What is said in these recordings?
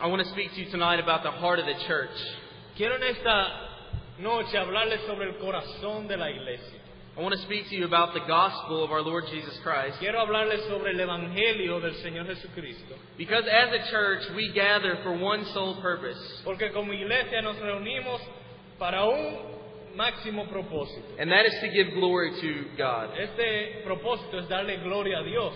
I want to speak to you tonight about the heart of the church. Quiero en esta noche hablarles sobre el corazón de la iglesia. I want to speak to you about the gospel of our Lord Jesus Christ. Quiero hablarles sobre el evangelio del Señor Jesucristo. Because as a church, we gather for one sole purpose, Porque como iglesia nos reunimos para un máximo propósito. and that is to give glory to God. Este propósito es darle gloria a Dios.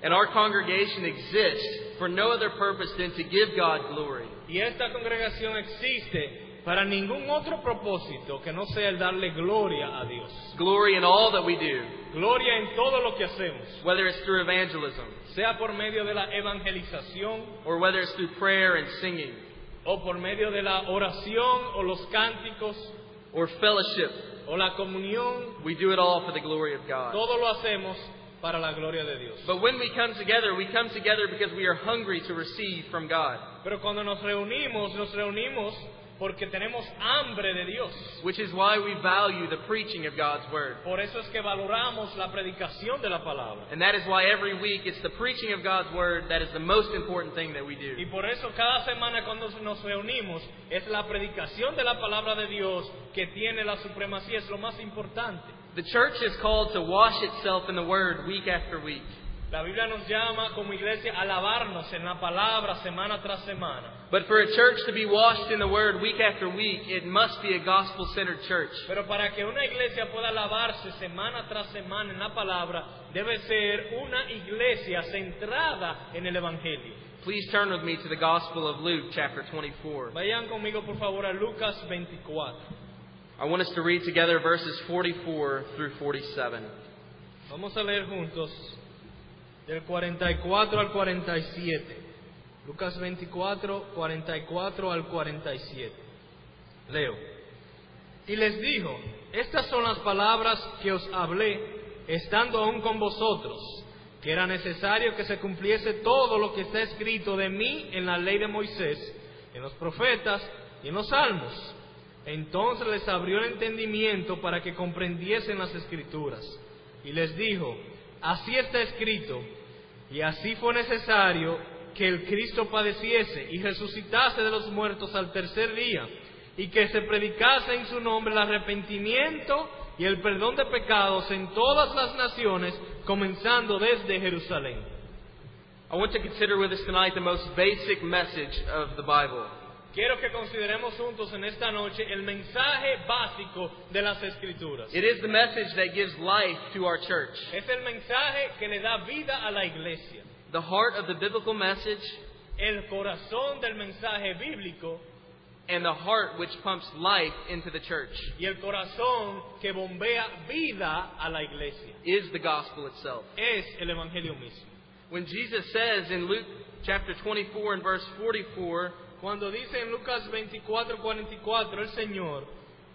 And our congregation exists for no other purpose than to give God glory. Y esta congregación existe para ningún otro propósito que no sea el darle gloria a Dios. Glory in all that we do, Gloria en todo lo que hacemos, whether it's through evangelism, sea por medio de la evangelización or whether it's through prayer and singing, o por medio de la oración o los cánticos or fellowship. o la comunión, We do it all for the glory of God. todo lo hacemos para la gloria de Dios. But when we come together, we come together because we are hungry to receive from God, Pero cuando nos reunimos, nos reunimos porque tenemos hambre de Dios. which is why we value the preaching of God's Word. Por eso es que valoramos la predicación de la palabra. And that is why every week it's the preaching of God's Word that is the most important thing that we Y do. por eso cada semana cuando nos reunimos es la predicación de la palabra de Dios que tiene la supremacía, es lo más importante. The church is called to wash itself in the Word week after week. La Biblia nos llama como iglesia a lavarnos en la palabra semana tras semana. But for a church to be washed in the Word week after week, it must be a gospel centered church. Pero para que una iglesia pueda lavarse semana tras semana en la palabra, debe ser una iglesia centrada en el Evangelio. Please turn with me to the Gospel of Luke, chapter 24. Vayan conmigo por favor a Lucas 24. I want us to read together verses 44 through 47. Vamos a leer juntos del 44 al 47. Lucas 24, 44 al 47. Leo. Y les dijo, estas son las palabras que os hablé estando aún con vosotros, que era necesario que se cumpliese todo lo que está escrito de mí en la ley de Moisés, en los profetas y en los salmos. Entonces les abrió el entendimiento para que comprendiesen las escrituras. Y les dijo, así está escrito, y así fue necesario que el Cristo padeciese y resucitase de los muertos al tercer día, y que se predicase en su nombre el arrepentimiento y el perdón de pecados en todas las naciones, comenzando desde Jerusalén. I want to consider with us tonight the most basic message of the Bible. Quiero que consideremos juntos en esta noche el mensaje básico de las Escrituras. It is the message that gives life to our church. Es el mensaje que le da vida a la iglesia. The heart of the biblical message El corazón del mensaje bíblico and the heart which pumps life into the church y el corazón que bombea vida a la iglesia. is the gospel itself. Es el Evangelio mismo. When Jesus says in Luke chapter 24 and verse 44, Cuando dice en Lucas 24, 44 el Señor,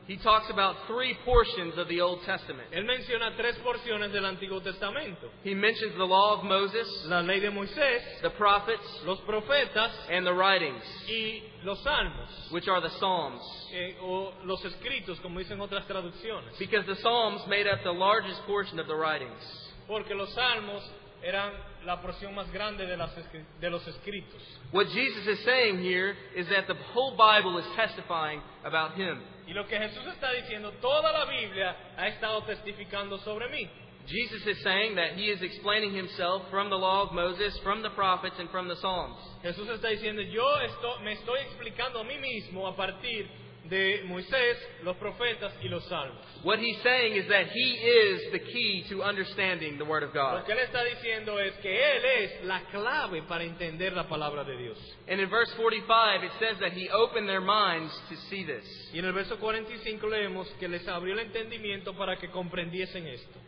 he talks about three portions of the Old Testament. Él menciona tres porciones del Antiguo Testamento. He mentions the law of Moses, La ley de Moisés, the prophets, los profetas and the writings, y los salmos, which are the Psalms. eh, o los escritos, como dicen otras traducciones. Because the Psalms made up the largest portion of the writings. Porque los salmos eran la porción más grande de, las escri- de los escritos. What Jesus is saying here is that the whole Bible is testifying about him. Y lo que Jesús está diciendo, toda la Biblia ha estado testificando sobre mí. Jesus is saying that he is explaining himself from the law of Moses, from the prophets, and from the Psalms. Jesús está diciendo, yo esto- me estoy explicando a mí mismo a partir de Moisés, los profetas y los salmos. What he's saying is that he is the key to understanding the Word of Lo God. que él está diciendo es que él es la clave para entender la palabra de Dios. And in verse 45, it says that he opened their minds to see this. Y en el verso 45 leemos que les abrió el entendimiento para que comprendiesen esto.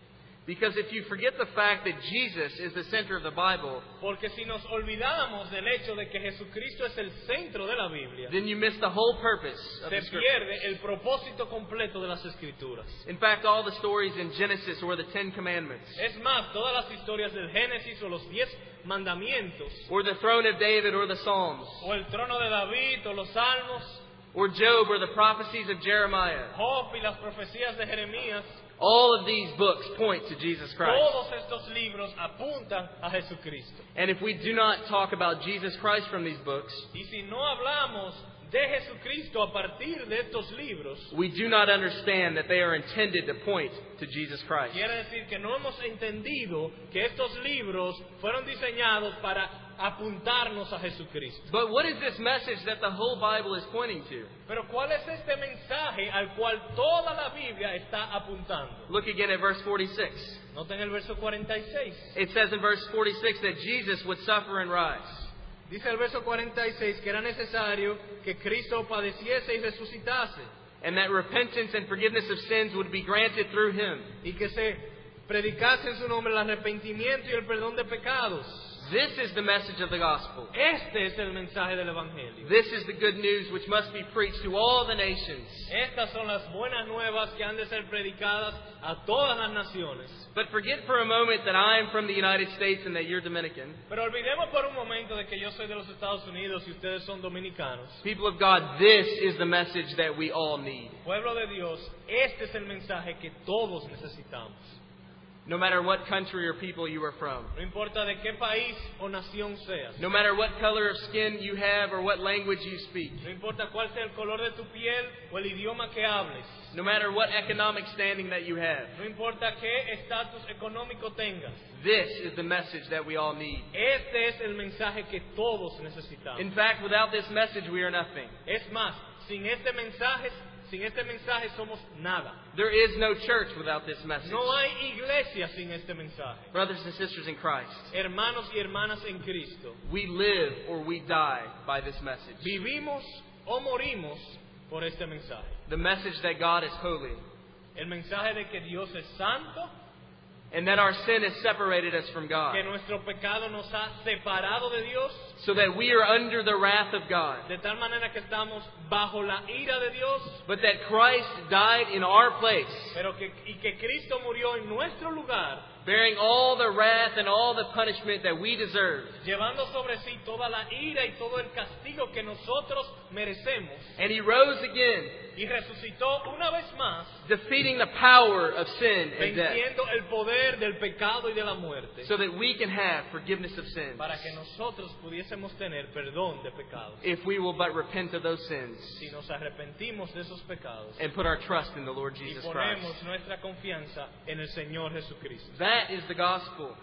Because if you forget the fact that Jesus is the center of the Bible, Porque si nos olvidáramos del hecho de que Jesucristo es el centro de la Biblia, then you miss the whole purpose of the se Scripture. pierde el propósito completo de las escrituras. In fact, all the stories in Genesis were the Ten Commandments, Es más, todas las historias del Génesis o los diez mandamientos, or the throne of David, or the Psalms, o el trono de David, o los salmos, or Job, or the prophecies of Jeremiah, Job y las profecías de Jeremías, All of these books point to Jesus Christ. Todos estos libros apuntan a Jesucristo. And if we do not talk about Jesus Christ from these books, Y si no hablamos de Jesucristo a partir de estos libros, we do not understand that they are intended to point to Jesus Christ. quiere decir que no hemos entendido que estos libros fueron diseñados para apuntarnos a Jesucristo. But what is this message that the whole Bible is pointing to? Pero ¿cuál es este mensaje al cual toda la Biblia está apuntando? Look again at verse 46. Noten el verso 46. It says in verse 46 that Jesus would suffer and rise. Dice el verso 46 que era necesario que Cristo padeciese y resucitase and that repentance and forgiveness of sins would be granted through him. y que se predicase en su nombre el arrepentimiento y el perdón de pecados. This is the message of the gospel. Este es el mensaje del Evangelio. This is the good news which must be preached to all the nations. Estas son las buenas nuevas que han de ser predicadas a todas las naciones. But forget for a moment that I am from the United States and that you're Dominican. Pero olvidemos por un momento de que yo soy de los Estados Unidos y ustedes son dominicanos. People of God, this is the message that we all need. Pueblo de Dios, este es el mensaje que todos necesitamos. No matter what country or people you are from, No importa de qué país o nación seas. no matter what color of skin you have or what language you speak, No importa cuál sea el color de tu piel o el idioma que hables. no matter what economic standing that you have, No importa qué estatus económico tengas. this is the message that we all need. Este es el mensaje que todos necesitamos. In fact, without this message, we are nothing. Es más, sin este mensaje, sin este mensaje somos nada. There is no church without this message. No hay iglesia sin este mensaje. Brothers and sisters in Christ, Hermanos y hermanas en Cristo, we live or we die by this message. vivimos o morimos por este mensaje. The message that God is holy El mensaje de que Dios es santo, and that our sin has separated us from God, que nuestro pecado nos ha separado de Dios, so that we are under the wrath of God, de tal manera que estamos bajo la ira de Dios, but that Christ died in our place, pero que, y que Cristo murió en nuestro lugar, bearing all the wrath and all the punishment that we deserve. llevando sobre sí toda la ira y todo el castigo que nosotros merecemos. And he rose again, y resucitó una vez más, defeating the power of sin and death, venciendo el poder del pecado y de la muerte, so that we can have forgiveness of sins para que nosotros pudiésemos tener perdón de pecados, if we will but repent of those sins si nos arrepentimos de esos pecados and put our trust in the Lord y Jesus Christ. ponemos nuestra confianza en el Señor Jesucristo. That is the gospel.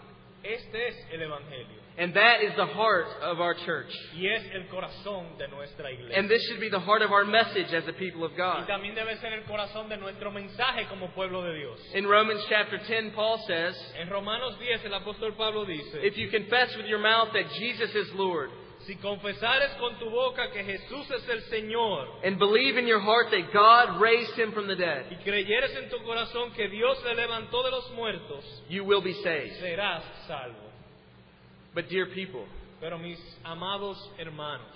Este es el Evangelio And that is the heart of our church. y es el corazón de nuestra iglesia. And this should be the heart of our message as the people of Y God. también debe ser el corazón de nuestro mensaje como pueblo de Dios. In Romans chapter 10, Paul says, En Romanos 10 el apóstol Pablo dice, If you confess with your mouth that Jesus is Lord, si confesares con tu boca que Jesús es el Señor, and believe in your heart that God raised him from the y dead, creyeres en tu corazón que Dios le levantó de los muertos, you will be saved. serás salvo. But dear people, Pero mis amados hermanos,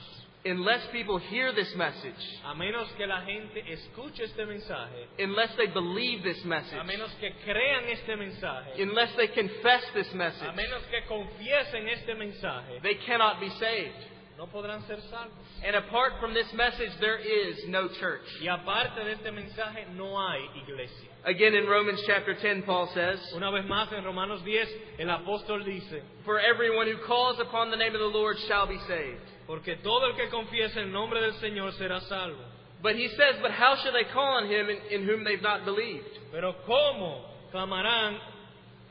unless people hear this message, a menos que la gente escuche este mensaje, unless they believe this a message, menos que crean este mensaje, unless they confess this a message, menos que confiesen este mensaje, they cannot be saved. no podrán ser salvos. And apart from this message, there is no church. Y aparte de este mensaje, no hay iglesia. Again, in Romans chapter 10, Paul says, Una vez más, en Romanos 10, el apóstol dice, For everyone who calls upon the name of the Lord shall be saved. porque todo el que confiese el nombre del Señor será salvo. But he says, But how shall they call on him in, in whom they've not believed? Pero ¿cómo clamarán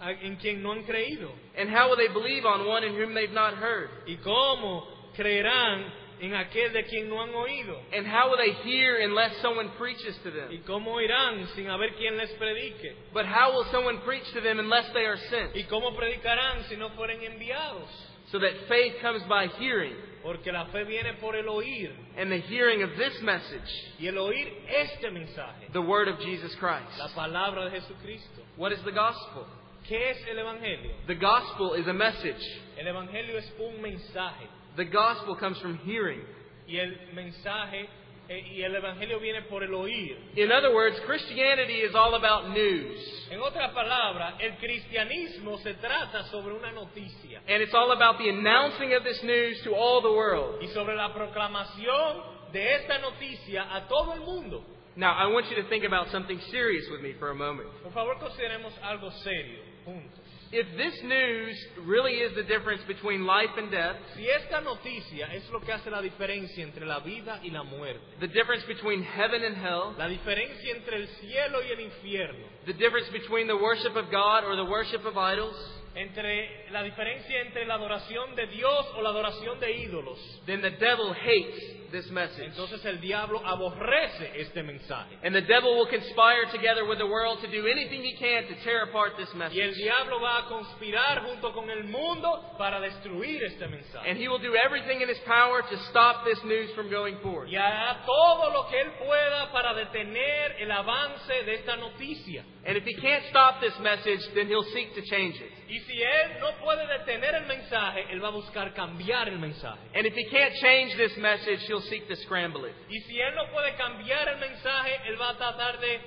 a- en quien no han creído? And how will they believe on one in whom they've not heard? ¿Y cómo creerán en aquel de quien no han oído? And how will they hear unless someone preaches to ¿Y them? cómo oirán sin haber quien les predique? But how will someone preach to them unless they are ¿Y sent? cómo predicarán si no fueren enviados? So that faith comes by hearing, Porque la fe viene por el oír, and the hearing of this message, y el oír este mensaje, the word of Jesus la Christ. palabra de Jesucristo. What is the gospel? ¿Qué es el Evangelio? The gospel is a message. El Evangelio es un mensaje, The gospel comes from hearing. y el mensaje, eh, y el Evangelio viene por el oír. In other words, Christianity is all about news. En otras palabras, el cristianismo se trata sobre una noticia And it's all about the announcing of this news to all the world. y sobre la proclamación de esta noticia a todo el mundo. Now, I want you to think about something serious with me for a moment. Por favor, consideremos algo serio juntos. If this news really is the difference between life and death, Si esta noticia es lo que hace la diferencia entre la vida y la muerte, the difference between heaven and hell, la diferencia entre el cielo y el infierno, the difference between the worship of God or the worship of idols, entre la diferencia entre la adoración de Dios o la adoración de ídolos, then the devil hates this message. entonces el diablo aborrece este mensaje. And the devil will conspire together with the world to do anything he can to tear apart this Y el message. diablo va a conspirar junto con el mundo para destruir este And mensaje. he will do everything in his power to stop this news from going forward. Y hará todo lo que él pueda para detener el avance de esta noticia. And if he can't stop this message, then he'll seek to change it. Y si él no puede detener el mensaje, él va a buscar cambiar el mensaje. And if he can't change this message, he'll seek to scramble it. Y si él no puede cambiar el mensaje, él va a tratar de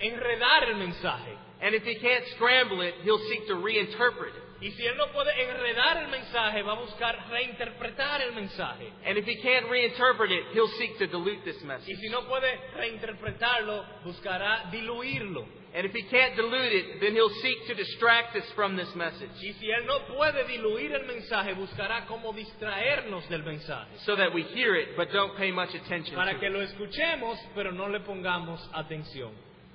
enredar el mensaje. And if he can't scramble it, he'll seek to reinterpret it. Y si él no puede enredar el mensaje, va a buscar reinterpretar el mensaje. And if he can't reinterpret it, he'll seek to dilute this Y message. si no puede reinterpretarlo, buscará diluirlo. And if he can't dilute it, then he'll seek to distract us from this message Y si él no puede diluir el mensaje, buscará cómo distraernos del mensaje. so that we hear it but don't pay much attention Para que to it. lo escuchemos, pero no le pongamos atención.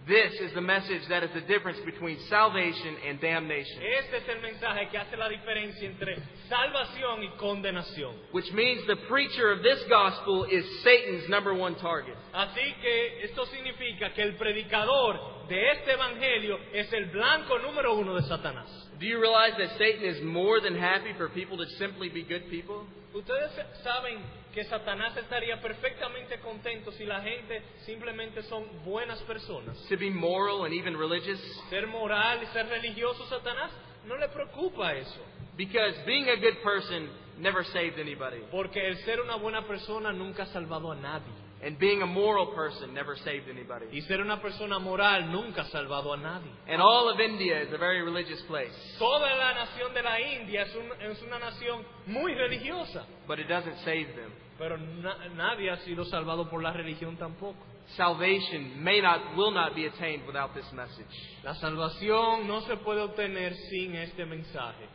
This is the message that is the difference between salvation and damnation, Este es el mensaje que hace la diferencia entre salvación y condenación. which means the preacher of this gospel is Satan's number one target. Así que esto significa que el predicador de este evangelio es el blanco número uno de Satanás. Do you realize that Satan is more than happy for people to simply be good people? Ustedes saben que Satanás estaría perfectamente contento si la gente simplemente son buenas personas. To be moral and even religious? Ser moral y ser religioso, Satanás no le preocupa eso, Because being a good person never saved anybody, porque el ser una buena persona nunca ha salvado a nadie. and being a moral person never saved anybody. Y ser una persona moral nunca ha salvado a nadie. And all of India is a very religious place, Toda la nación de la India es, un- es una nación muy religiosa, but it doesn't save them. pero na- nadie ha sido salvado por la religión tampoco. Salvation may not, will not be attained without this message. La salvación no se puede obtener sin este mensaje.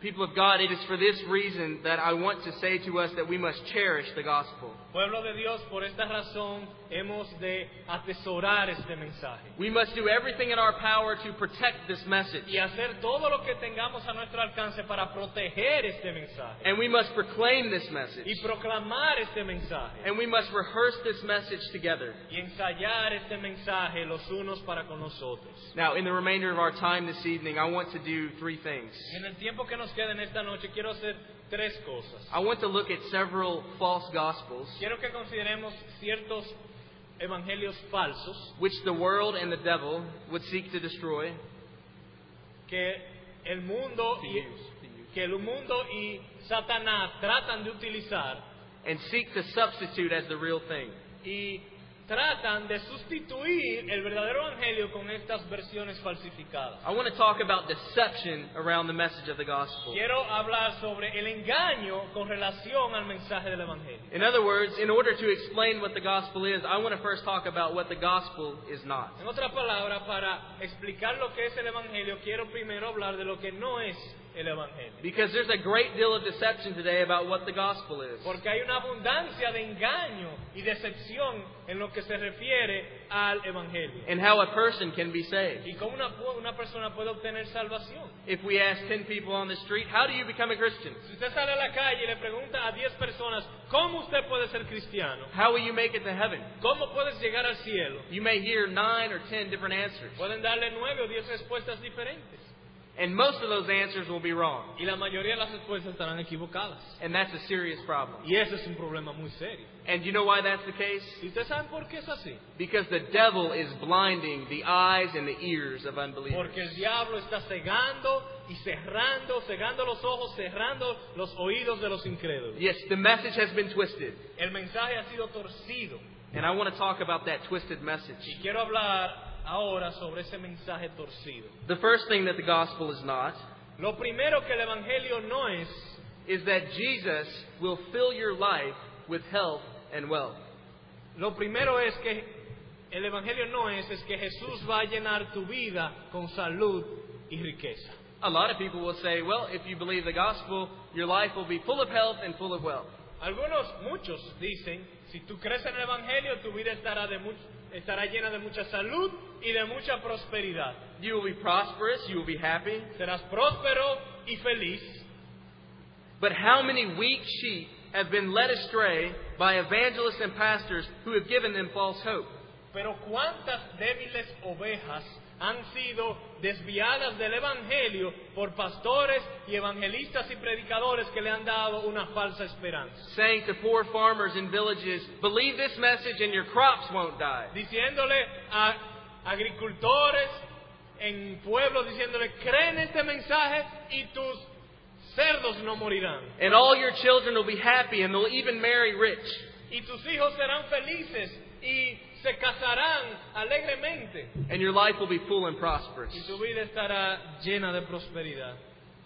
People of God, it is for this reason that I want to say to us that we must cherish the gospel. Pueblo de Dios, por esta razón hemos de atesorar este mensaje We must do everything in our power to protect this message. y hacer todo lo que tengamos a nuestro alcance para proteger este mensaje And we must proclaim this message. y proclamar este mensaje And we must rehearse this message together. y ensayar este mensaje los unos para con los otros. Now, in the remainder of our time this evening, I want to do three things. En el tiempo que nos queda en esta noche quiero hacer tres cosas. I want to look at several false gospels, Quiero que consideremos ciertos evangelios falsos which the world and the devil would seek to destroy. que el mundo y, que el mundo y Satanás tratan de utilizar and seek to substitute as the real thing. y tratan de sustituir el verdadero evangelio con estas versiones falsificadas. I want to talk about deception around the message of the gospel. Quiero hablar sobre el engaño con relación al mensaje del evangelio. In other words, in order to explain what the gospel is, I want to first talk about what the gospel is not. En otras palabras, para explicar lo que es el evangelio, quiero primero hablar de lo que no es el evangelio. Because there's a great deal of deception today about what the gospel is. Porque hay una abundancia de engaño y decepción en lo que se refiere al evangelio. and how a person can be saved. Y cómo una, pu- una persona puede obtener salvación. If we ask 10 people on the street, how do you become a Christian? Si usted sale a la calle y le pregunta a 10 personas, ¿cómo usted puede ser cristiano? How will you make it to heaven? ¿Cómo puedes llegar al cielo? You may hear 9 or 10 different answers. Pueden darle nueve o diez respuestas diferentes. And most of those answers will be wrong. Y la mayoría de las respuestas estarán equivocadas. And that's a serious problem. Y ese es un problema muy serio. And you know why that's the case? ¿Y ustedes saben por qué es así? Because the devil is blinding the eyes and the ears of unbelievers. Porque el diablo está cegando y cerrando, cegando los ojos, cerrando los oídos de los incrédulos. Yes, the message has been twisted. El mensaje ha sido torcido. And I want to talk about that twisted message. Y quiero hablar ahora sobre ese mensaje torcido. The first thing that the gospel is not Lo primero que el Evangelio no es, is that Jesus will fill your life with health and wealth. lo primero es que El Evangelio no es, es que Jesús va a llenar tu vida con salud y riqueza. A lot of people will say, well, if you believe the gospel, your life will be full of health and full of wealth. Algunos, muchos dicen, si tú crees en el Evangelio, tu vida estará, de much- estará llena de mucha salud y de mucha prosperidad. You will be prosperous, you will be happy. Serás próspero y feliz. But how many weak sheep have been led astray by evangelists and pastors who have given them false hope? Pero cuántas débiles ovejas han sido desviadas del Evangelio por pastores y evangelistas y predicadores que le han dado una falsa esperanza. Saying to poor farmers in villages, believe this message and your crops won't die. Diciéndole a agricultores en pueblos, diciéndole, creen este mensaje y tus cerdos no morirán. And all your children will be happy and they'll even marry rich. Y tus hijos serán felices y se casarán alegremente. And your life will be full and prosperous. Y tu vida estará llena de prosperidad.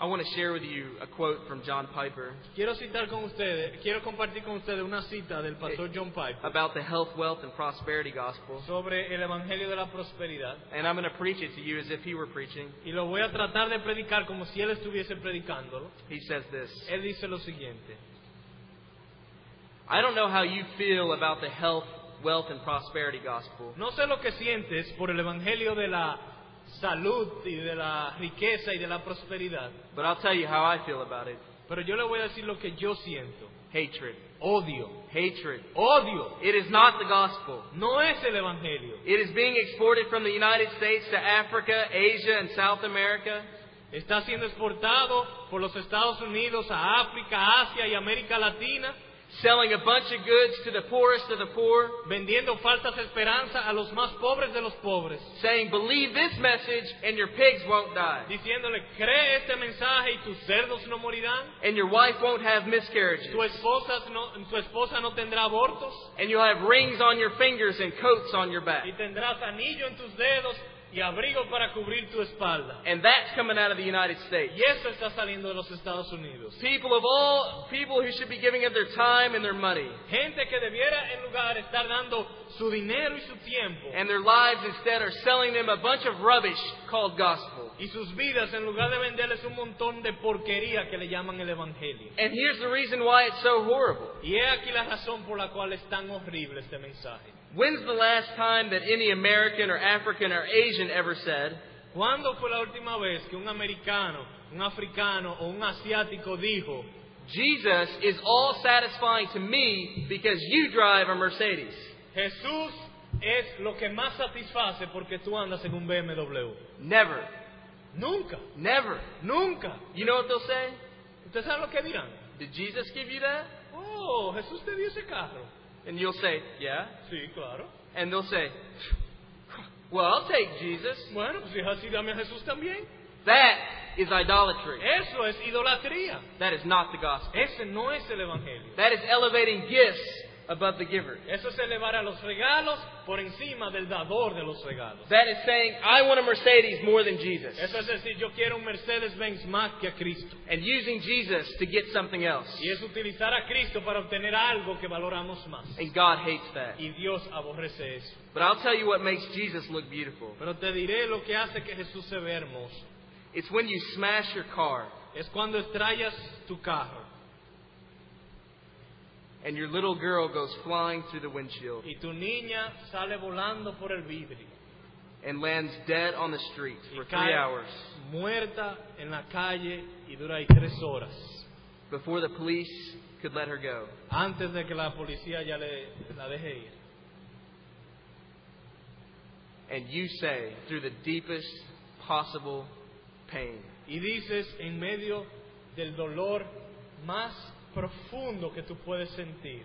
I want to share with you a quote from John Piper Quiero citar con ustedes, quiero compartir con ustedes una cita del pastor John Piper about the health, wealth, and prosperity gospel. sobre el Evangelio de la Prosperidad. And I'm going to preach it to you as if he were preaching. Y lo voy a tratar de predicar como si él estuviese predicándolo. He says this Él dice lo siguiente. I don't know how you feel about the health, wealth, and prosperity gospel, No sé lo que sientes por el Evangelio de la salud y de la riqueza y de la prosperidad, but I'll tell you how I feel about it pero yo le voy a decir lo que yo siento. hatred. Odio, Hatred. odio. It is not the gospel. No es el Evangelio. It is being exported from the United States to Africa, Asia, and South America. Está siendo exportado por los Estados Unidos a África, Asia y América Latina. selling a bunch of goods to the poorest of the poor, vendiendo falsas esperanzas a los más pobres de los pobres, saying, Believe this message and your pigs won't die, diciéndole, cree este mensaje y tus cerdos no morirán, and your wife won't have miscarriages, tu esposa no, tu esposa no tendrá abortos, and you'll have rings on your fingers and coats on your back. y tendrás anillo en tus dedos y abrigo para cubrir tu espalda. And that's coming out of the United States. Y eso está saliendo de los Estados Unidos. People of all people who should be giving of their time and their money Gente que debiera en lugar estar dando su dinero y su tiempo and their lives instead are selling them a bunch of rubbish called gospel. y sus vidas en lugar de venderles un montón de porquería que le llaman el Evangelio. And here's the reason why it's so horrible. Y he aquí la razón por la cual es tan horrible este mensaje. When's the last time that any American or African or Asian ever said, ¿Cuándo fue la última vez que un americano, un africano o un asiático dijo, Jesus is all satisfying to me because you drive a Mercedes. Jesús es lo que más satisface porque tú andas en un BMW? Never. Nunca, Never. nunca. You know what they'll say? ¿Ustedes saben lo que dirán? Did Jesus give you that? Oh, Jesús te dio ese carro. And you'll say, yeah. Sí, claro. And they'll say, well, I'll take Jesus. Bueno, pues si es así, dame a Jesús también. That is idolatry. Eso es idolatría. That is not the gospel. Ese no es el Evangelio. That is elevating gifts above the giver. Eso es elevar a los regalos por encima del dador de los regalos. That is saying, I want a Mercedes more than Jesus. Eso es decir, yo quiero un Mercedes-Benz más que a Cristo. And using Jesus to get something else. Y es utilizar a Cristo para obtener algo que valoramos más. And God hates that. Y Dios aborrece eso. But I'll tell you what makes Jesus look beautiful. Pero te diré lo que hace que Jesús se vea hermoso. It's when you smash your car Es cuando estrellas tu carro and your little girl goes flying through the windshield y tu niña sale volando por el vidrio and lands dead on the street y for cae three hours muerta en la calle y dura ahí tres horas before the police could let her go. antes de que la policía ya le, la deje ir. And you say, through the deepest possible pain, Y dices en medio del dolor más profundo que tú puedes sentir,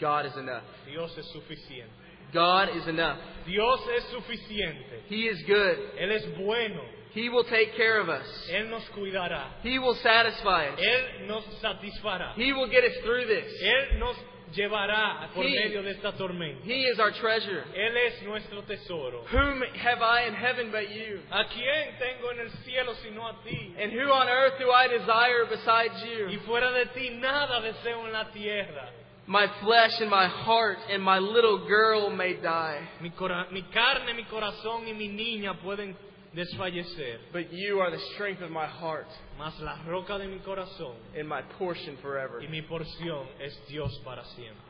God is enough. Dios es suficiente. God is enough. Dios es suficiente. He is good. Él es bueno, He will take care of us. Él nos cuidará, He will satisfy us. Él nos satisfará, He will get us through this. Él nos llevará por He- medio de esta tormenta. He is our treasure. Él es nuestro tesoro. Whom have I in heaven but you? ¿A quién tengo en el cielo sino a ti? And who on earth do I desire besides you? Y fuera de ti nada deseo en la tierra. My flesh and my heart and my little girl may die, Mi, cora- mi carne, mi corazón y mi niña pueden desfallecer, but you are the strength of my heart mas la roca de mi corazón and my portion forever. y mi porción es Dios para siempre.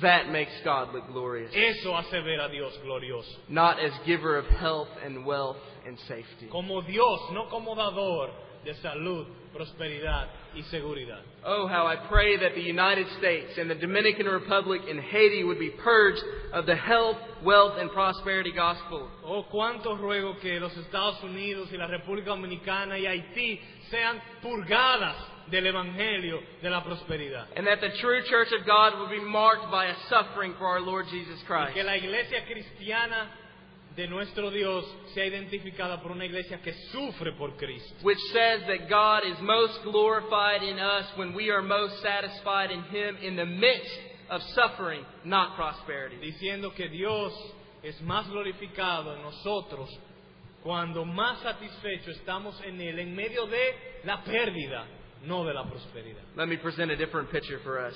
That makes God look glorious, Eso hace ver a Dios glorioso, not as giver of health and wealth and safety. como Dios, no como dador de salud, prosperidad y seguridad. Oh, how I pray that the United States and the Dominican Republic and Haiti would be purged of the health, wealth, and prosperity gospel. Oh, cuánto ruego que los Estados Unidos y la República Dominicana y Haití sean purgadas del Evangelio de la prosperidad. And that the true church of God would be marked by a suffering for our Lord Jesus Christ. Que la iglesia cristiana de nuestro Dios sea identificada por una iglesia que sufre por Cristo, which says that God is most glorified in us when we are most satisfied in Him in the midst of suffering, not prosperity. diciendo que Dios es más glorificado en nosotros cuando más satisfecho estamos en Él en medio de la pérdida, no de la prosperidad. Let me present a different picture for us.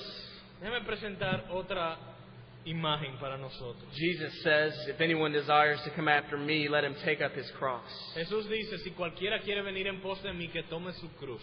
Déjeme presentar otra imagen para nosotros. Jesus says, If anyone desires to come after me, let him take up his cross. Jesús dice, si cualquiera quiere venir en pos de mí, que tome su cruz.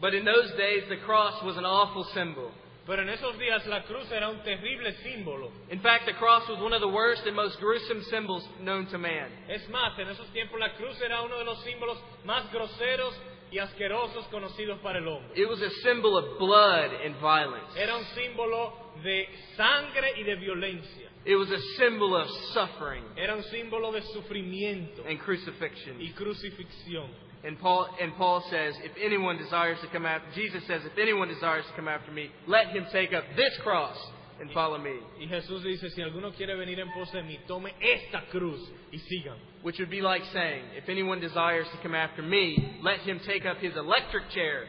But in those days, the cross was an awful symbol. Pero en esos días la cruz era un terrible símbolo. In fact, the cross was one of the worst and most gruesome symbols known to man. Es más, en esos tiempos la cruz era uno de los símbolos más groseros y asquerosos conocidos para el hombre. It was a symbol of blood and violence. Era un símbolo de sangre y de violencia. It was a symbol of suffering Era un símbolo de sufrimiento and crucifixion. y crucifixión. And Paul and Paul says, if anyone desires to come after Jesus says, if anyone desires to come after me, let him take up this cross and follow me, Y Jesús dice, si alguno quiere venir en pos de mí, tome esta cruz y síganme. which would be like saying, if anyone desires to come after me, let him take up his electric chair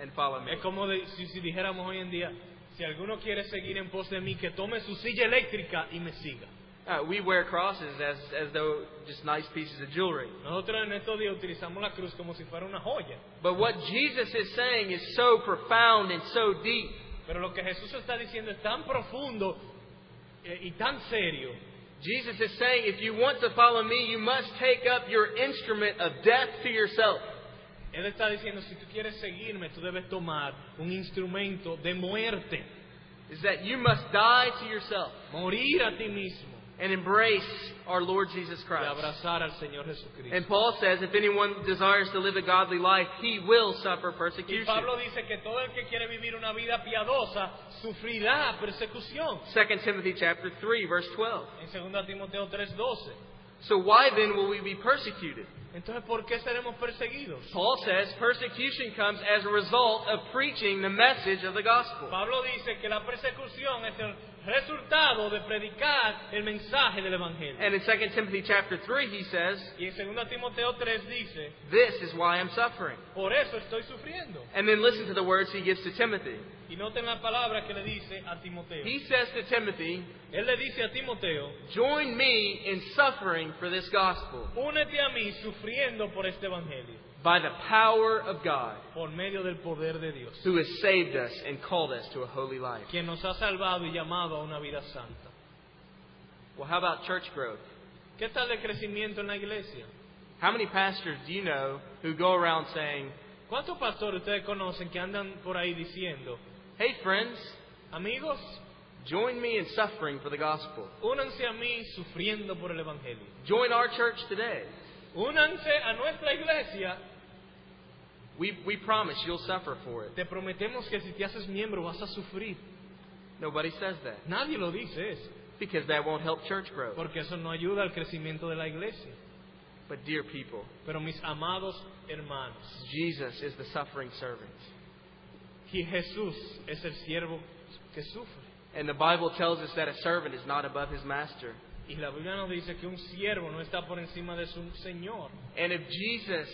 and follow me. Es como de- si, si dijéramos hoy en día, si alguno quiere seguir en pos de mí, que tome su silla eléctrica y me siga. Uh, we wear crosses as as though just nice pieces of jewelry. Nosotros en estos días utilizamos la cruz como si fuera una joya. But what Jesus is saying is so profound and so deep Pero lo que Jesús está diciendo es tan profundo eh, y tan serio. Jesus is saying, if you want to follow me, you must take up your instrument of death to yourself. Él está diciendo, si tú quieres seguirme, tú debes tomar un instrumento de muerte, Is that you must die to yourself. morir a ti mismo and embrace our Lord Jesus y Christ. abrazar al Señor Jesucristo. And Paul says, if anyone desires to live a godly life, he will suffer Y persecution. Pablo dice que todo el que quiere vivir una vida piadosa sufrirá persecución. 2 Timothy chapter 3 verse 12. En 2 Timoteo 3:12. So why then will we be persecuted? Entonces, ¿por qué seremos perseguidos? Paul says persecution comes as a result of preaching the message of the gospel. Pablo dice que la persecución es el resultado de predicar el mensaje del Evangelio. And in 2 Timothy chapter 3 he says, Y en 2 Timoteo 3 dice, this is why I'm suffering. por eso estoy sufriendo. And then listen to the words he gives to Timothy. Y noten la palabra que le dice a Timoteo. He says to Timothy, Él le dice a Timoteo, join me in suffering for this gospel únete a mí sufriendo por este Evangelio, by the power of God. por medio del poder de Dios, who has saved us and called us to a holy life. quien nos ha salvado y llamado a una vida santa. Well, how about church growth? ¿Qué tal el crecimiento en la iglesia? How many pastors do you know who go around saying, ¿Cuántos pastores ustedes conocen que andan por ahí diciendo, Hey, friends, amigos, join me in suffering for the gospel? únanse a mí sufriendo por el Evangelio? Join our church today. Únanse a nuestra iglesia. We, we promise you'll suffer for it. Te prometemos que si te haces miembro vas a sufrir. Nobody says that Nadie lo dice eso, because that won't help church growth. porque eso no ayuda al crecimiento de la iglesia. But, dear people, Pero mis amados hermanos, Jesus is the suffering servant. que Jesús es el siervo que sufre. And the Bible tells us that a servant is not above his master. Y la Biblia nos dice que un siervo no está por encima de su Señor. And if Jesus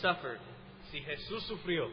suffered, Si Jesús sufrió,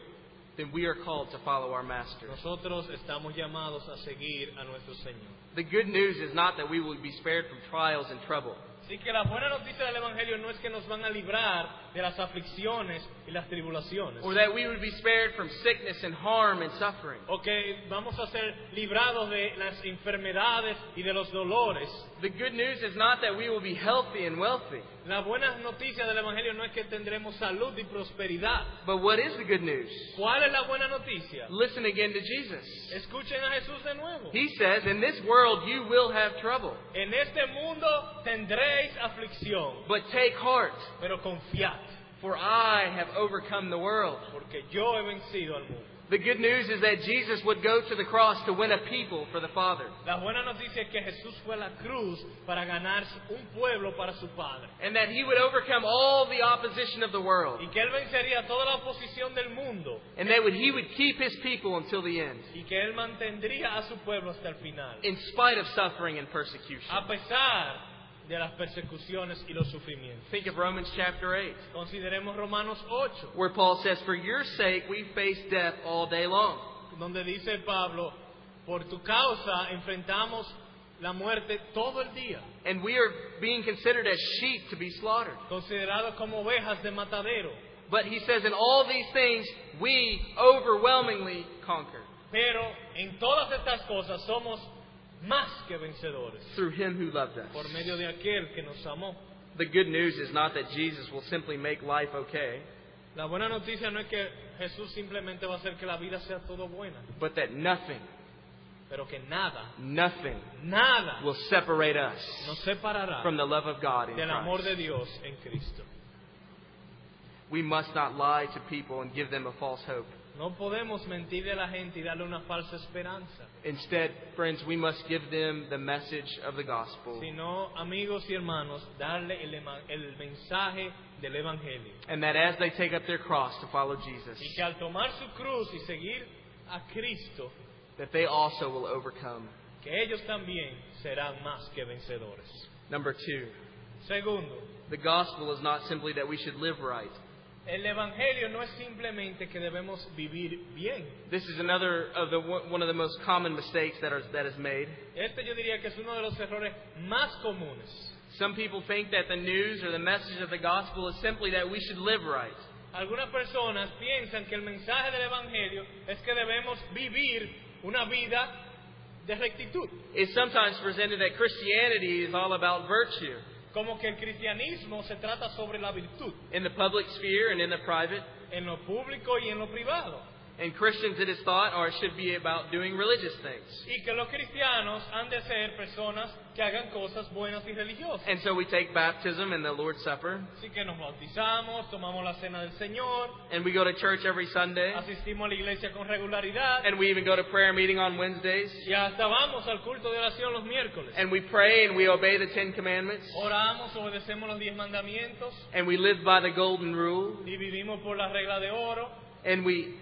then we are called to follow our master. nosotros estamos llamados a seguir a nuestro Señor. The good news is not that we will be spared from trials and trouble, Así que la buena noticia del Evangelio no es que nos van a librar de las aflicciones y las tribulaciones. or that we would be spared from sickness and harm and suffering. O que vamos a ser librados de las enfermedades y de los dolores. The good news is not that we will be healthy and wealthy, Las buenas noticias del Evangelio no es que tendremos salud y prosperidad. but what is the good news? ¿Cuál es la buena noticia? Listen again to Jesus. Escuchen a Jesús de nuevo. He says, In this world you will have trouble, En este mundo tendréis aflicción, but take heart, pero confiad, for I have overcome the world. porque yo he vencido al mundo. The good news is that Jesus would go to the cross to win a people for the Father. La buena noticia es que Jesús fue a la cruz para ganar un pueblo para su Padre. and that he would overcome all the opposition of the world, Y que Él vencería toda la oposición del mundo. and that would, he would keep his people until the end, Y que Él mantendría a su pueblo hasta el final. in spite of suffering and persecution. A pesar de las persecuciones y los sufrimientos. Think of Romans chapter 8, Consideremos Romanos 8, where Paul says, For your sake we face death all day long. donde dice Pablo, por tu causa enfrentamos la muerte todo el día, And we are being considered as sheep to be slaughtered. considerados como ovejas de matadero. But he says, In all these things we overwhelmingly conquer Pero en todas estas cosas somos más que vencedores through him who loved us. por medio de aquel que nos amó. The good news is not that Jesus will simply make life okay, La buena noticia no es que Jesús simplemente va a hacer que la vida sea todo buena, but that nothing, pero que nada, nothing nada will separate us nos separará from the love of God in del amor Christ. de Dios en Cristo. We must not lie to people and give them a false hope. No podemos mentirle a la gente y darle una falsa esperanza. Instead, friends, we must give them the message of the gospel. sino amigos y hermanos, darle el, ema- el mensaje del Evangelio. And that as they take up their cross to follow Jesus, Y que al tomar su cruz y seguir a Cristo, that they also will overcome. que ellos también serán más que vencedores. Number two, Segundo, the gospel is not simply that we should live right. el Evangelio no es simplemente que debemos vivir bien. This is another of the one of the most common mistakes that are that is made. Este yo diría que es uno de los errores más comunes. Some people think that the news or the message of the gospel is simply that we should live right. Algunas personas piensan que el mensaje del Evangelio es que debemos vivir una vida de rectitud. It's sometimes presented that Christianity is all about virtue. Como que el cristianismo se trata sobre la virtud. in the public sphere and in the private. en lo público y en lo privado. And Christians, it is thought, or should be about doing religious things. Y que los cristianos han de ser personas que hagan cosas buenas y religiosas. And so we take baptism and the Lord's Supper, Así que nos bautizamos, tomamos la cena del Señor, and we go to church every Sunday, asistimos a la iglesia con regularidad and we even go to prayer meeting on Wednesdays, y hasta vamos al culto de oración los miércoles. and we pray and we obey the Ten Commandments, Oramos, obedecemos los diez mandamientos and we live by the Golden Rule, y vivimos por la regla de oro and we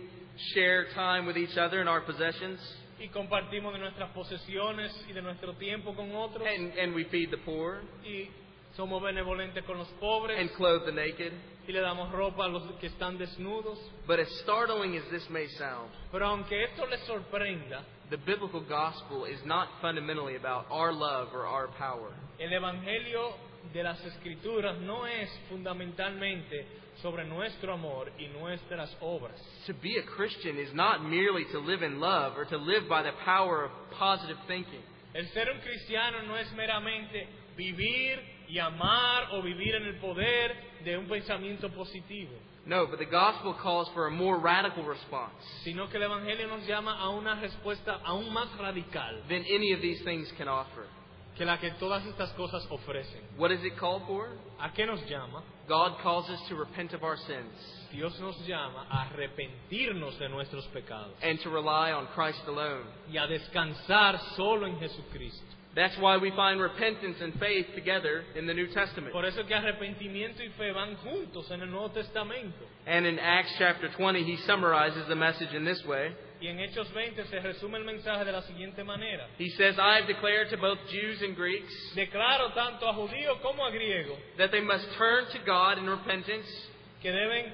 share time with each other and our possessions, y compartimos de nuestras posesiones y de nuestro tiempo con otros and, and we feed the poor, y somos benevolentes con los pobres and clothe the naked. y le damos ropa a los que están desnudos. But as startling as this may sound, Pero aunque esto les sorprenda, the biblical gospel is not fundamentally about our love or our power. el Evangelio de las Escrituras no es fundamentalmente sobre nuestro amor y nuestras obras. To be a Christian is not merely to live in love or to live by the power of positive thinking. El ser un cristiano no es meramente vivir y amar o vivir en el poder de un pensamiento positivo, No, but the gospel calls for a more radical response sino que el Evangelio nos llama a una respuesta aún más radical than any of these things can offer. que la que todas estas cosas ofrecen. What does it call for? ¿A qué nos llama? God calls us to repent of our sins Dios nos llama a arrepentirnos de nuestros pecados. and to rely on Christ alone. y a descansar solo en Jesucristo. That's why we find repentance and faith together in the New Testament. Por eso que arrepentimiento y fe van juntos en el Nuevo Testamento. And in Acts chapter 20, he summarizes the message in this way. Y en Hechos 20 se resume el mensaje de la siguiente manera. He says, I have declared to both Jews and Greeks Declaro tanto a judío como a griego that they must turn to God in repentance que deben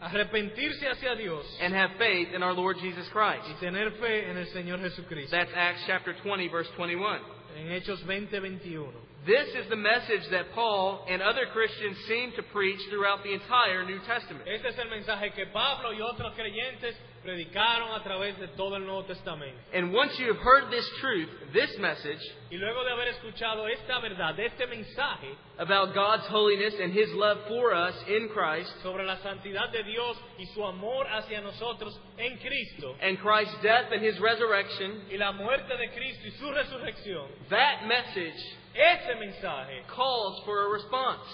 arrepentirse hacia Dios and have faith in our Lord Jesus Christ. y tener fe en el Señor Jesucristo. That's Acts chapter 20, verse 21. En Hechos 20, 21. This is the message that Paul and other Christians seem to preach throughout the entire New Testament. Este es el mensaje que Pablo y otros creyentes predicaron a través de todo el Nuevo Testamento. And once you have heard this truth, this message Y luego de haber escuchado esta verdad, este mensaje about God's holiness and His love for us in Christ, sobre la santidad de Dios y su amor hacia nosotros en Cristo, and Christ's death and His resurrection, y la muerte de Cristo y su resurrección, that message ese mensaje calls for a response.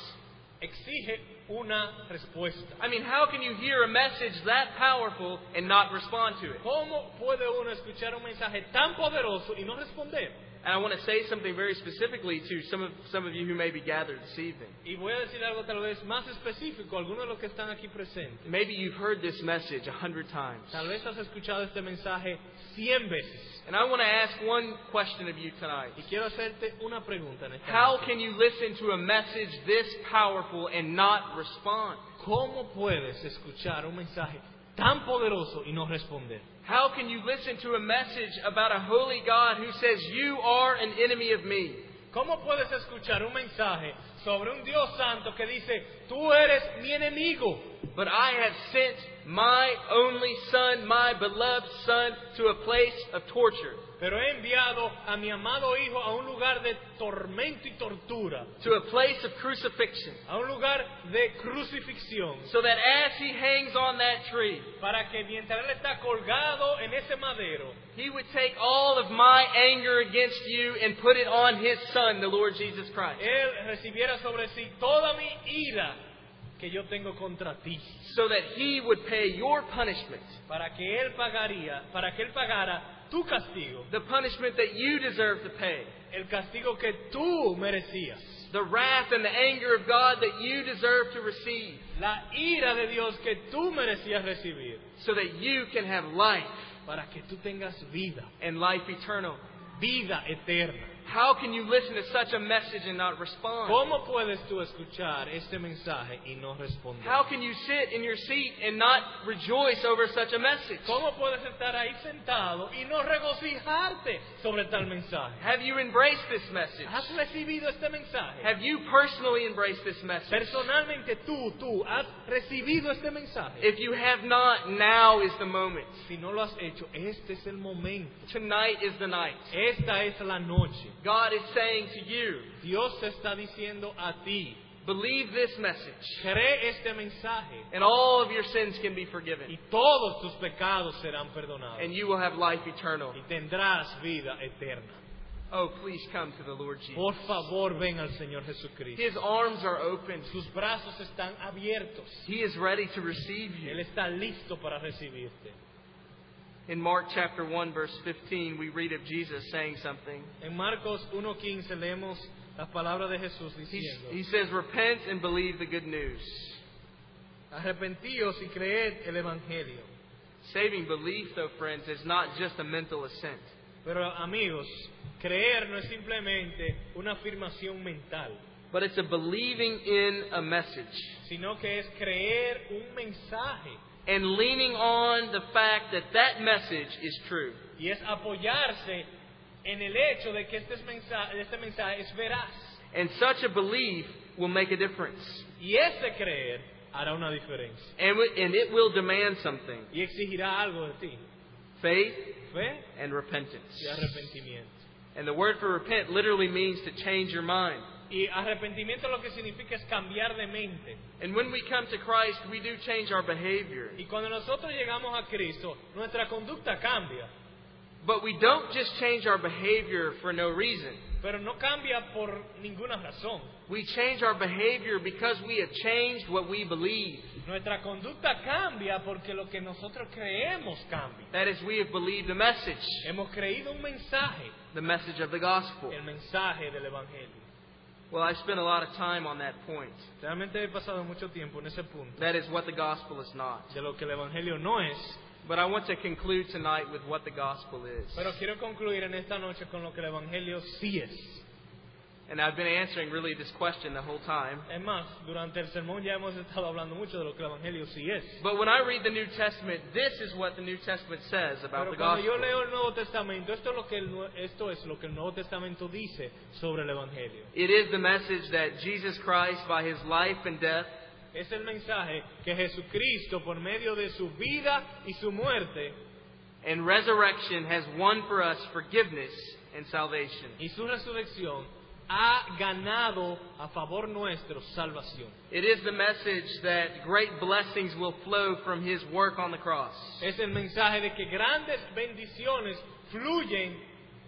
exige una respuesta. I mean, how can you hear a message that powerful and not respond to it? ¿Cómo puede uno escuchar un mensaje tan poderoso y no responder? And I want to say something very specifically to some of, some of you who may be gathered this evening. Y voy a decir algo tal vez más específico, algunos de los que están aquí presentes. Maybe you've heard this message a hundred times. Tal vez has escuchado este mensaje cien veces. And I want to ask one question of you tonight. Y quiero hacerte una pregunta en este esta How noche. can you listen to a message this powerful and not respond? ¿Cómo puedes escuchar un mensaje tan poderoso y no responder? How can you listen to a message about a holy God who says, You are an enemy of me? ¿Cómo puedes escuchar un mensaje sobre un Dios santo que dice, tú eres mi enemigo, But I have sent my only son, my beloved son, to a place of torture, pero he enviado a mi amado hijo a un lugar de tormento y tortura, to a place of crucifixion, a un lugar de crucifixión, so that as he hangs on that tree, para que mientras él está colgado en ese madero, he would take all of my anger against you and put it on his son, the Lord Jesus Christ. él recibiera sobre sí toda mi ira que yo tengo contra ti, so that he would pay your punishment, para que él pagaría, para que él pagara tu castigo, the punishment that you deserve to pay, el castigo que tú merecías. the wrath and the anger of God that you deserve to receive, la ira de Dios que tú merecías recibir so that you can have life para que tú tengas vida, and life eternal. vida eterna. How can you listen to such a message and not respond? ¿Cómo puedes tú escuchar este mensaje y no responder? How can you sit in your seat and not rejoice over such a message? ¿Cómo puedes estar ahí sentado y no regocijarte sobre tal mensaje? Have you embraced this message? ¿Has recibido este mensaje? Have you personally embraced this message? Personalmente tú, tú, has recibido este mensaje. If you have not, now is the moment. Si no lo has hecho, este es el momento. Tonight is the night. Esta es la noche. God is saying to you, Dios te está diciendo a ti, Believe this message, cree este mensaje. and all of your sins can be y forgiven, todos tus pecados serán perdonados and you will have life eternal. y tendrás vida eterna. Oh, please come to the Lord Jesus. Por favor, ven al Señor Jesucristo. His arms are open. Sus brazos están abiertos. He is ready to receive Él you. está listo para recibirte. In Mark chapter 1 verse 15, we read of Jesus saying something. En Marcos 1.15 leemos las palabras de Jesús He, diciendo, he says, "Repent and believe the good news." arrepentíos y creed el Evangelio. Saving belief, though, friends, is not just a mental assent. Pero amigos, creer no es simplemente una afirmación mental, But it's a believing in a message sino que es creer un mensaje and leaning on the fact that that message is true. Y es apoyarse en el hecho de que este mensaje, este mensaje es veraz. And such a belief will make a difference. Y ese creer hará una diferencia. And, wi- and it will demand something Y exigirá algo de ti. faith Fe and repentance. y arrepentimiento. And the word for repent literally means to change your mind. Y arrepentimiento lo que significa es cambiar de mente. And when we come to Christ, we do change our behavior. Y cuando nosotros llegamos a Cristo, nuestra conducta cambia. But we don't just change our behavior for no reason. Pero no cambia por ninguna razón. We change our behavior because we have changed what we believe. Nuestra conducta cambia porque lo que nosotros creemos cambia. That is, we have believed the message, Hemos creído un mensaje, the message of the gospel. el mensaje del Evangelio. Well, I spent a lot of time on that point. Realmente he pasado mucho tiempo en ese punto That is what the gospel is not. de lo que el Evangelio no es, But I want to conclude tonight with what the gospel is. pero quiero concluir en esta noche con lo que el Evangelio sí es. And I've been answering really this question the whole time. Es más, durante el sermón ya hemos estado hablando mucho de lo que el Evangelio sí es. But when I read the New Testament, this is what the New Testament says about Pero the cuando gospel. yo leo el Nuevo Testamento, esto es, lo que el nue- esto es lo que el Nuevo Testamento dice sobre el Evangelio. It is the message that Jesus Christ, by his life and death, Es el mensaje que Jesucristo, por medio de su vida y su muerte and resurrection has won for us forgiveness and salvation. y su resurrección, ha ganado a favor nuestro salvación. It is the message that great blessings will flow from his work on the cross. Es el mensaje de que grandes bendiciones fluyen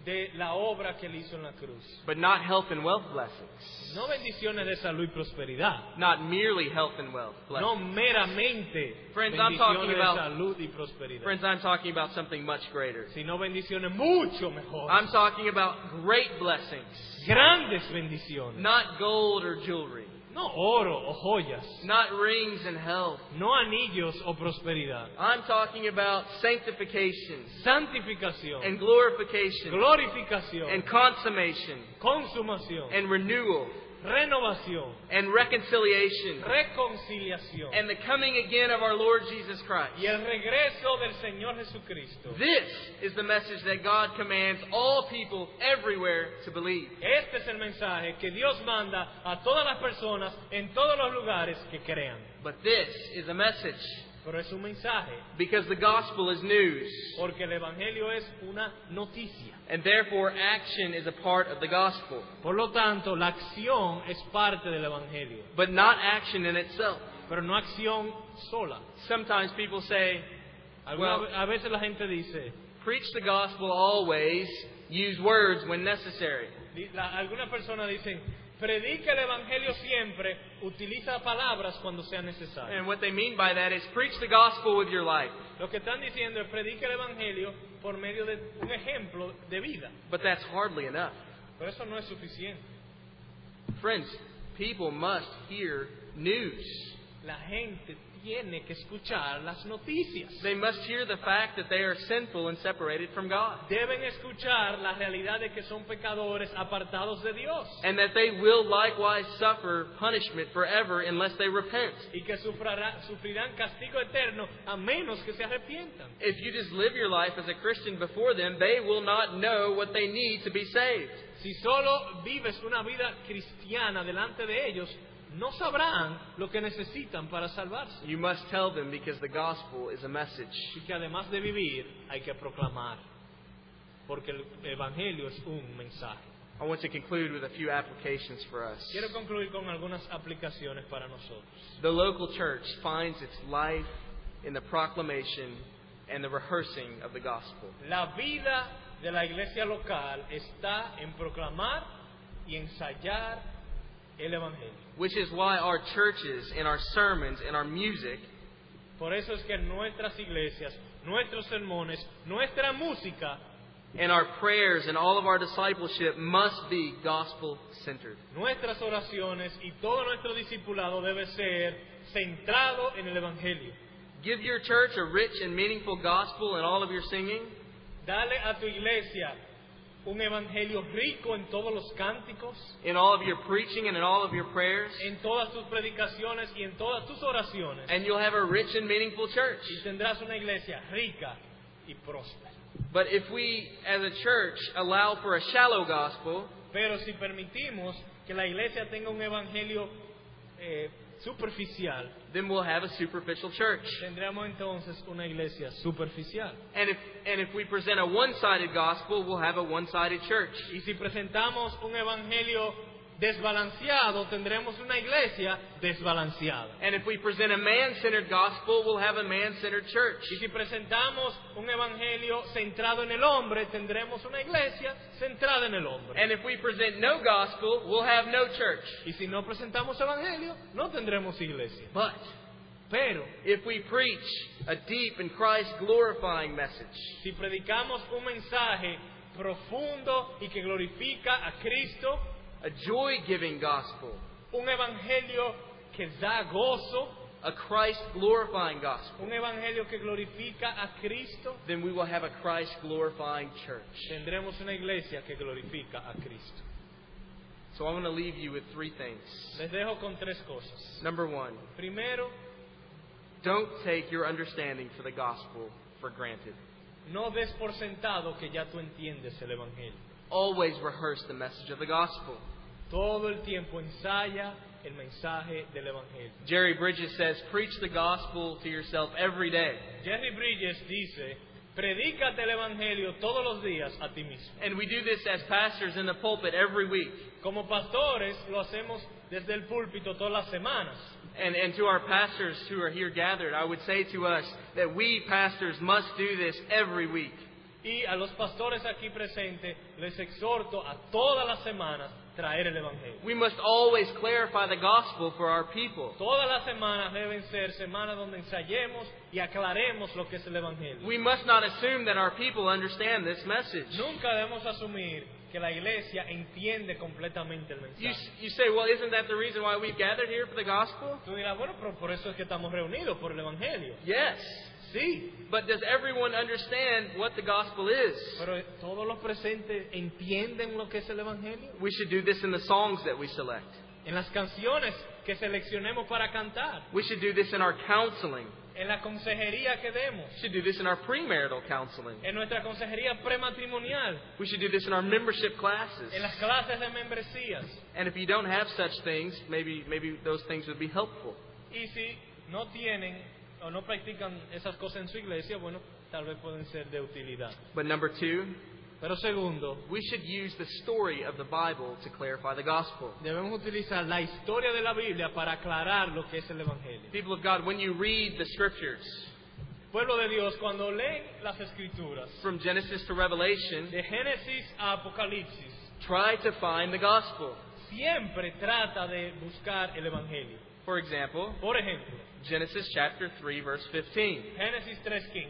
de la obra que él hizo en la cruz. But not health and wealth blessings. No bendiciones de salud y prosperidad. Not merely health and wealth No blessings. meramente Friends, I'm talking bendiciones de about- salud y prosperidad, Friends, I'm talking about something much greater. sino bendiciones mucho mejor. I'm talking about great blessings. grandes bendiciones. Not gold or jewelry. No oro o joyas. Not rings and health. No anillos o prosperidad. I'm talking about sanctification Santificación, and glorification glorificación, and consummation consumación, and renewal renovación, and reconciliation reconciliación and the coming again of our Lord Jesus Christ. y el regreso del Señor Jesucristo. This is the message that God commands all people everywhere to believe. Este es el mensaje que Dios manda a todas las personas en todos los lugares que crean. But this is a message Pero es un mensaje because the gospel is news porque el Evangelio es una noticia. and therefore action is a part of the gospel, Por lo tanto, la acción es parte del Evangelio, but not action in itself. pero no acción sola. Sometimes people say, Alguna Well- ve- a veces la gente dice, preach the gospel always, use words when necessary. Di- la- Algunas personas dicen, predica el Evangelio siempre, utiliza palabras cuando sea necesario. And what they mean by that is preach the gospel with your life. Lo que están diciendo es, predica el Evangelio por medio de un ejemplo de vida. But that's hardly enough. Pero eso no es suficiente. Friends, people must hear news. La gente tiene que escuchar las noticias. They must hear the fact that they are sinful and separated from God, Deben escuchar la realidad de que son pecadores apartados de Dios and that they will likewise suffer punishment forever unless they repent. y que sufrará- sufrirán castigo eterno a menos que se arrepientan. If you just live your life as a Christian before them, they will not know what they need to be saved. Si solo vives una vida cristiana delante de ellos, no sabrán lo que necesitan para salvarse. You must tell them because the gospel is a message. Y que además de vivir, hay que proclamar. Porque el Evangelio es un mensaje. I want to conclude with a few applications for us. Quiero concluir con algunas aplicaciones para nosotros. The local church finds its life in the proclamation and the rehearsing of the gospel. La vida de la iglesia local está en proclamar y ensayar el Evangelio. Which is why our churches and our sermons and our music Por eso es que nuestras iglesias, nuestros sermones, nuestra música and our prayers and all of our discipleship must be gospel centered. Nuestras oraciones y todo nuestro discipulado debe ser centrado en el Evangelio. Give your church a rich and meaningful gospel in all of your singing, Dale a tu iglesia un Evangelio rico en todos los cánticos, in all of your preaching and in all of your prayers, en todas tus predicaciones y en todas tus oraciones. and you'll have a rich and meaningful church. Y tendrás una iglesia rica y próspera. But if we as a church allow for a shallow gospel, Pero si permitimos que la iglesia tenga un Evangelio eh, superficial, then we'll have a superficial church. tendremos entonces una iglesia superficial. And if, and if we present a one sided gospel, we'll have a one sided church. Y si presentamos un evangelio desbalanceado, tendremos una iglesia desbalanceada. And if we present a man centered gospel, we'll have a man centered church. Y si presentamos un evangelio centrado en el hombre, tendremos una iglesia centrada en el hombre. And if we present no gospel, we'll have no church. Y si no presentamos evangelio, no tendremos iglesia. But Pero if we preach a deep and Christ glorifying message, si predicamos un mensaje profundo y que glorifica a Cristo, a joy giving gospel, un evangelio que da gozo, a Christ glorifying gospel, un evangelio que glorifica a Cristo, then we will have a Christ glorifying church. tendremos una iglesia que glorifica a Cristo. So I want to leave you with three things. Les dejo con tres cosas. Number one, Primero, don't take your understanding for the gospel for granted. no des por sentado que ya tú entiendes el Evangelio. Always rehearse the message of the gospel. Todo el tiempo ensaya el mensaje del Evangelio. Jerry Bridges says, preach the gospel to yourself every day. Jerry Bridges dice, predícate el Evangelio todos los días a ti mismo. And we do this as pastors in the pulpit every week. Como pastores lo hacemos desde el púlpito todas las semanas. And, and to our pastors who are here gathered, I would say to us that we pastors must do this every week. Y a los pastores aquí presentes les exhorto a todas las semanas traer el Evangelio. We must always clarify the gospel for our people. Todas las semanas deben ser semanas donde ensayemos y aclaremos lo que es el Evangelio. We must not assume that our people understand this message. Nunca debemos asumir que la iglesia entiende completamente el You, mensaje. s- you say, well, isn't that the reason why we've gathered here for the gospel? Tú dirás, bueno, pero por eso es que estamos reunidos, por el Evangelio. Yes. Sí, But does everyone understand what the gospel is? pero todos los presentes entienden lo que es el Evangelio. We should do this in the songs that we select. En las canciones que seleccionemos para cantar, We should do this in our counseling. en la consejería que demos, We should do this in our premarital counseling. en nuestra consejería prematrimonial, We should do this in our membership classes. en las clases de membresías. And if you don't have such things, maybe maybe those things would be helpful. Y si no tienen o no practican esas cosas en su iglesia, bueno, tal vez pueden ser de utilidad. But number 2, Pero segundo, we should use the story of the Bible to clarify the gospel. debemos utilizar la historia de la Biblia para aclarar lo que es el Evangelio. People of God, when you read the scriptures Pueblo de Dios, cuando leen las escrituras, from Genesis to Revelation, de Génesis a Apocalipsis, try to find the gospel. siempre trata de buscar el Evangelio. For example, Por ejemplo, Genesis chapter 3 verse 15. Génesis 3.15.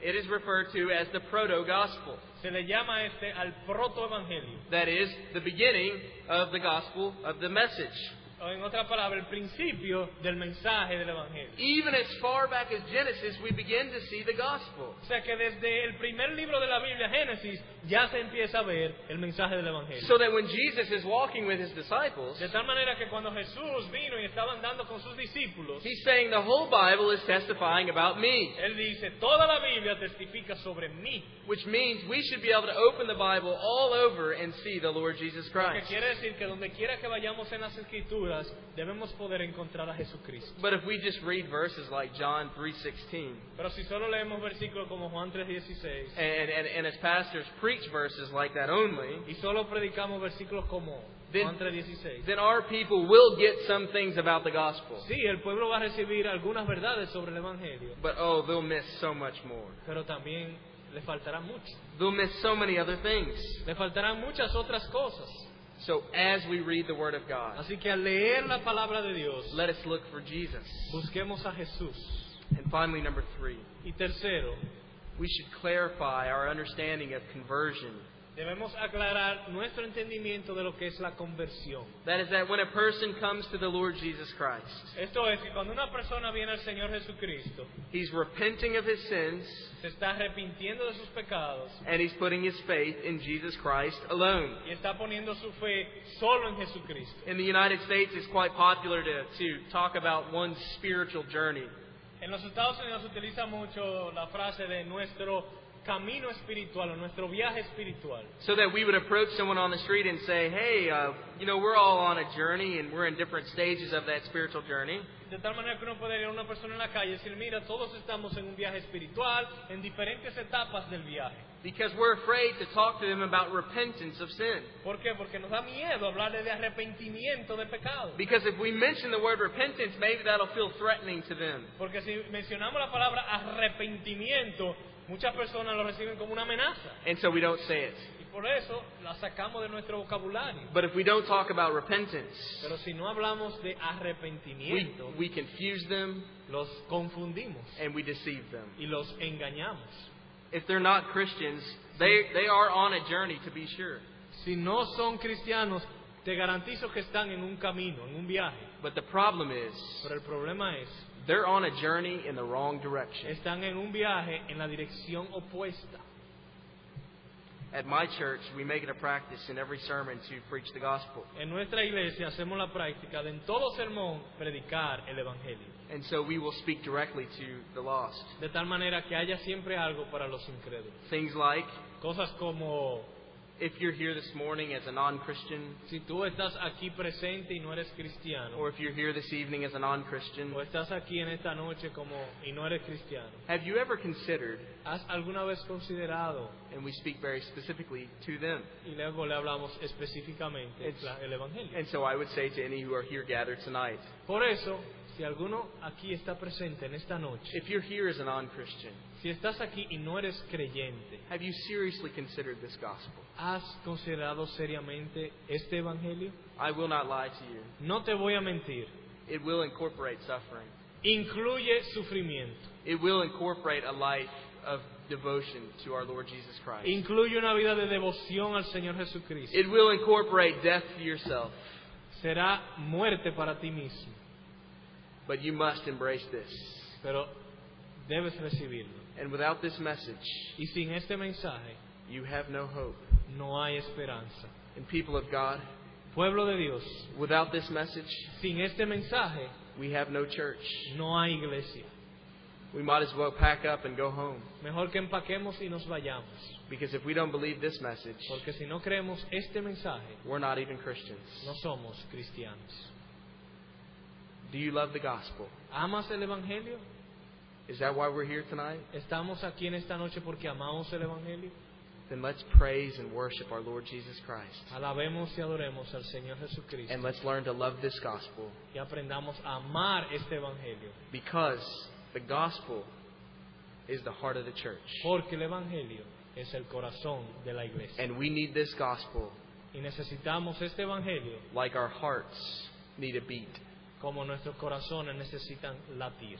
It is referred to as the proto-gospel. Se le llama este al protoevangelio. That is the beginning of the gospel of the message. O en otra palabra, el principio del mensaje del Evangelio. Even as far back as Genesis, we begin to see the gospel. O sea que desde el primer libro de la Biblia, Génesis, ya se empieza a ver el mensaje del Evangelio. So that when Jesus is walking with his disciples, De tal manera que cuando Jesús vino y estaba andando con sus discípulos, he's saying the whole Bible is testifying about me, Él dice, toda la Biblia testifica sobre mí. which means we should be able to open the Bible all over and see the Lord Jesus Lo que Christ. quiere decir que donde quiera que vayamos en las escrituras, debemos poder encontrar a Jesucristo. But if we just read verses like John 3:16 Pero si solo leemos versículos como Juan 3:16 and, and, and as pastors preach verses like that only, y solo predicamos versículos como Juan 3:16, then our people will get some things about the gospel. sí, el pueblo va a recibir algunas verdades sobre el Evangelio, But oh, they'll miss so much more. pero también le faltará mucho. They'll miss so many other things. Le faltarán muchas otras cosas. So as we read the Word of God, Así que al leer la palabra de Dios, let us look for Jesus. busquemos a Jesús. And finally, number three, Y tercero, we should clarify our understanding of conversion. debemos aclarar nuestro entendimiento de lo que es la conversión. That is that when a person comes to the Lord Jesus Christ, Esto es que cuando una persona viene al Señor Jesucristo, he's repenting of his sins se está arrepintiendo de sus pecados and he's putting his faith in Jesus Christ alone. y está poniendo su fe solo en Jesucristo. In the United States, it's quite popular to, to talk about one's spiritual journey. En los Estados Unidos se utiliza mucho la frase de nuestro camino espiritual o nuestro viaje espiritual. So that we would approach someone on the street and say, hey, uh, you know, we're all on a journey and we're in different stages of that spiritual journey. De tal manera que uno puede ir a una persona en la calle y decir, mira, todos estamos en un viaje espiritual, en diferentes etapas del viaje. Because we're afraid to talk to them about repentance of sin. ¿Por qué? Porque nos da miedo hablarle de arrepentimiento de pecado. Because if we mention the word repentance, maybe that'll feel threatening to them. Porque si mencionamos la palabra arrepentimiento, muchas personas lo reciben como una amenaza. And so we don't say it. Y por eso la sacamos de nuestro vocabulario. But if we don't talk about repentance, Pero si no hablamos we, de arrepentimiento, we confuse them los confundimos and we deceive them. y los engañamos. If they're not Christians, they, they are on a journey to be sure. Si no son cristianos, te garantizo que están en un camino, en un viaje. But the problem is, Pero el problema es they're on a journey in the wrong direction. están en un viaje en la dirección opuesta. At my church, we make it a practice in every sermon to preach the gospel. En nuestra iglesia hacemos la práctica de en todo sermón predicar el Evangelio, And so we will speak directly to the lost. de tal manera que haya siempre algo para los incrédulos. Things like, Cosas como, if you're here this morning as a non Christian, si tú estás aquí presente y no eres cristiano, or if you're here this evening as a non Christian, o estás aquí en esta noche como y no eres cristiano, have you ever considered, ¿has alguna vez considerado, and we speak very specifically to them? y luego le hablamos específicamente, It's- la- el Evangelio? And so I would say to any who are here gathered tonight, Por eso, si alguno aquí está presente en esta noche, if you're here as a non Christian, si estás aquí y no eres creyente, have you seriously considered this gospel? ¿Has considerado seriamente este Evangelio? I will not lie to you. No te voy a mentir. It will incorporate suffering. Incluye sufrimiento. It will incorporate a life of devotion to our Lord Jesus Christ. Incluye una vida de devoción al Señor Jesucristo. It will incorporate death to yourself, Será muerte para ti mismo, but you must embrace this. pero debes recibirlo. And without this message, Y sin este mensaje you have no hope. no hay esperanza. And people of God, Pueblo de Dios, without this message, sin este mensaje we have no church. no hay iglesia. We might as well pack up and go home. Mejor que empaquemos y nos vayamos, Because if we don't believe this message, porque si no creemos este mensaje, we're not even Christians. no somos cristianos. Do you love the gospel? ¿Amas el Evangelio? Is that why we're here tonight? Estamos aquí en esta noche porque amamos el Evangelio. Then let's praise and worship our Lord Jesus Christ. Alabemos y adoremos al Señor Jesucristo And let's learn to love this gospel y aprendamos a amar este Evangelio. because the gospel is the heart of the church. Porque el Evangelio es el corazón de la iglesia. And we need this gospel Y necesitamos este Evangelio like our hearts need a beat. como nuestros corazones necesitan latir.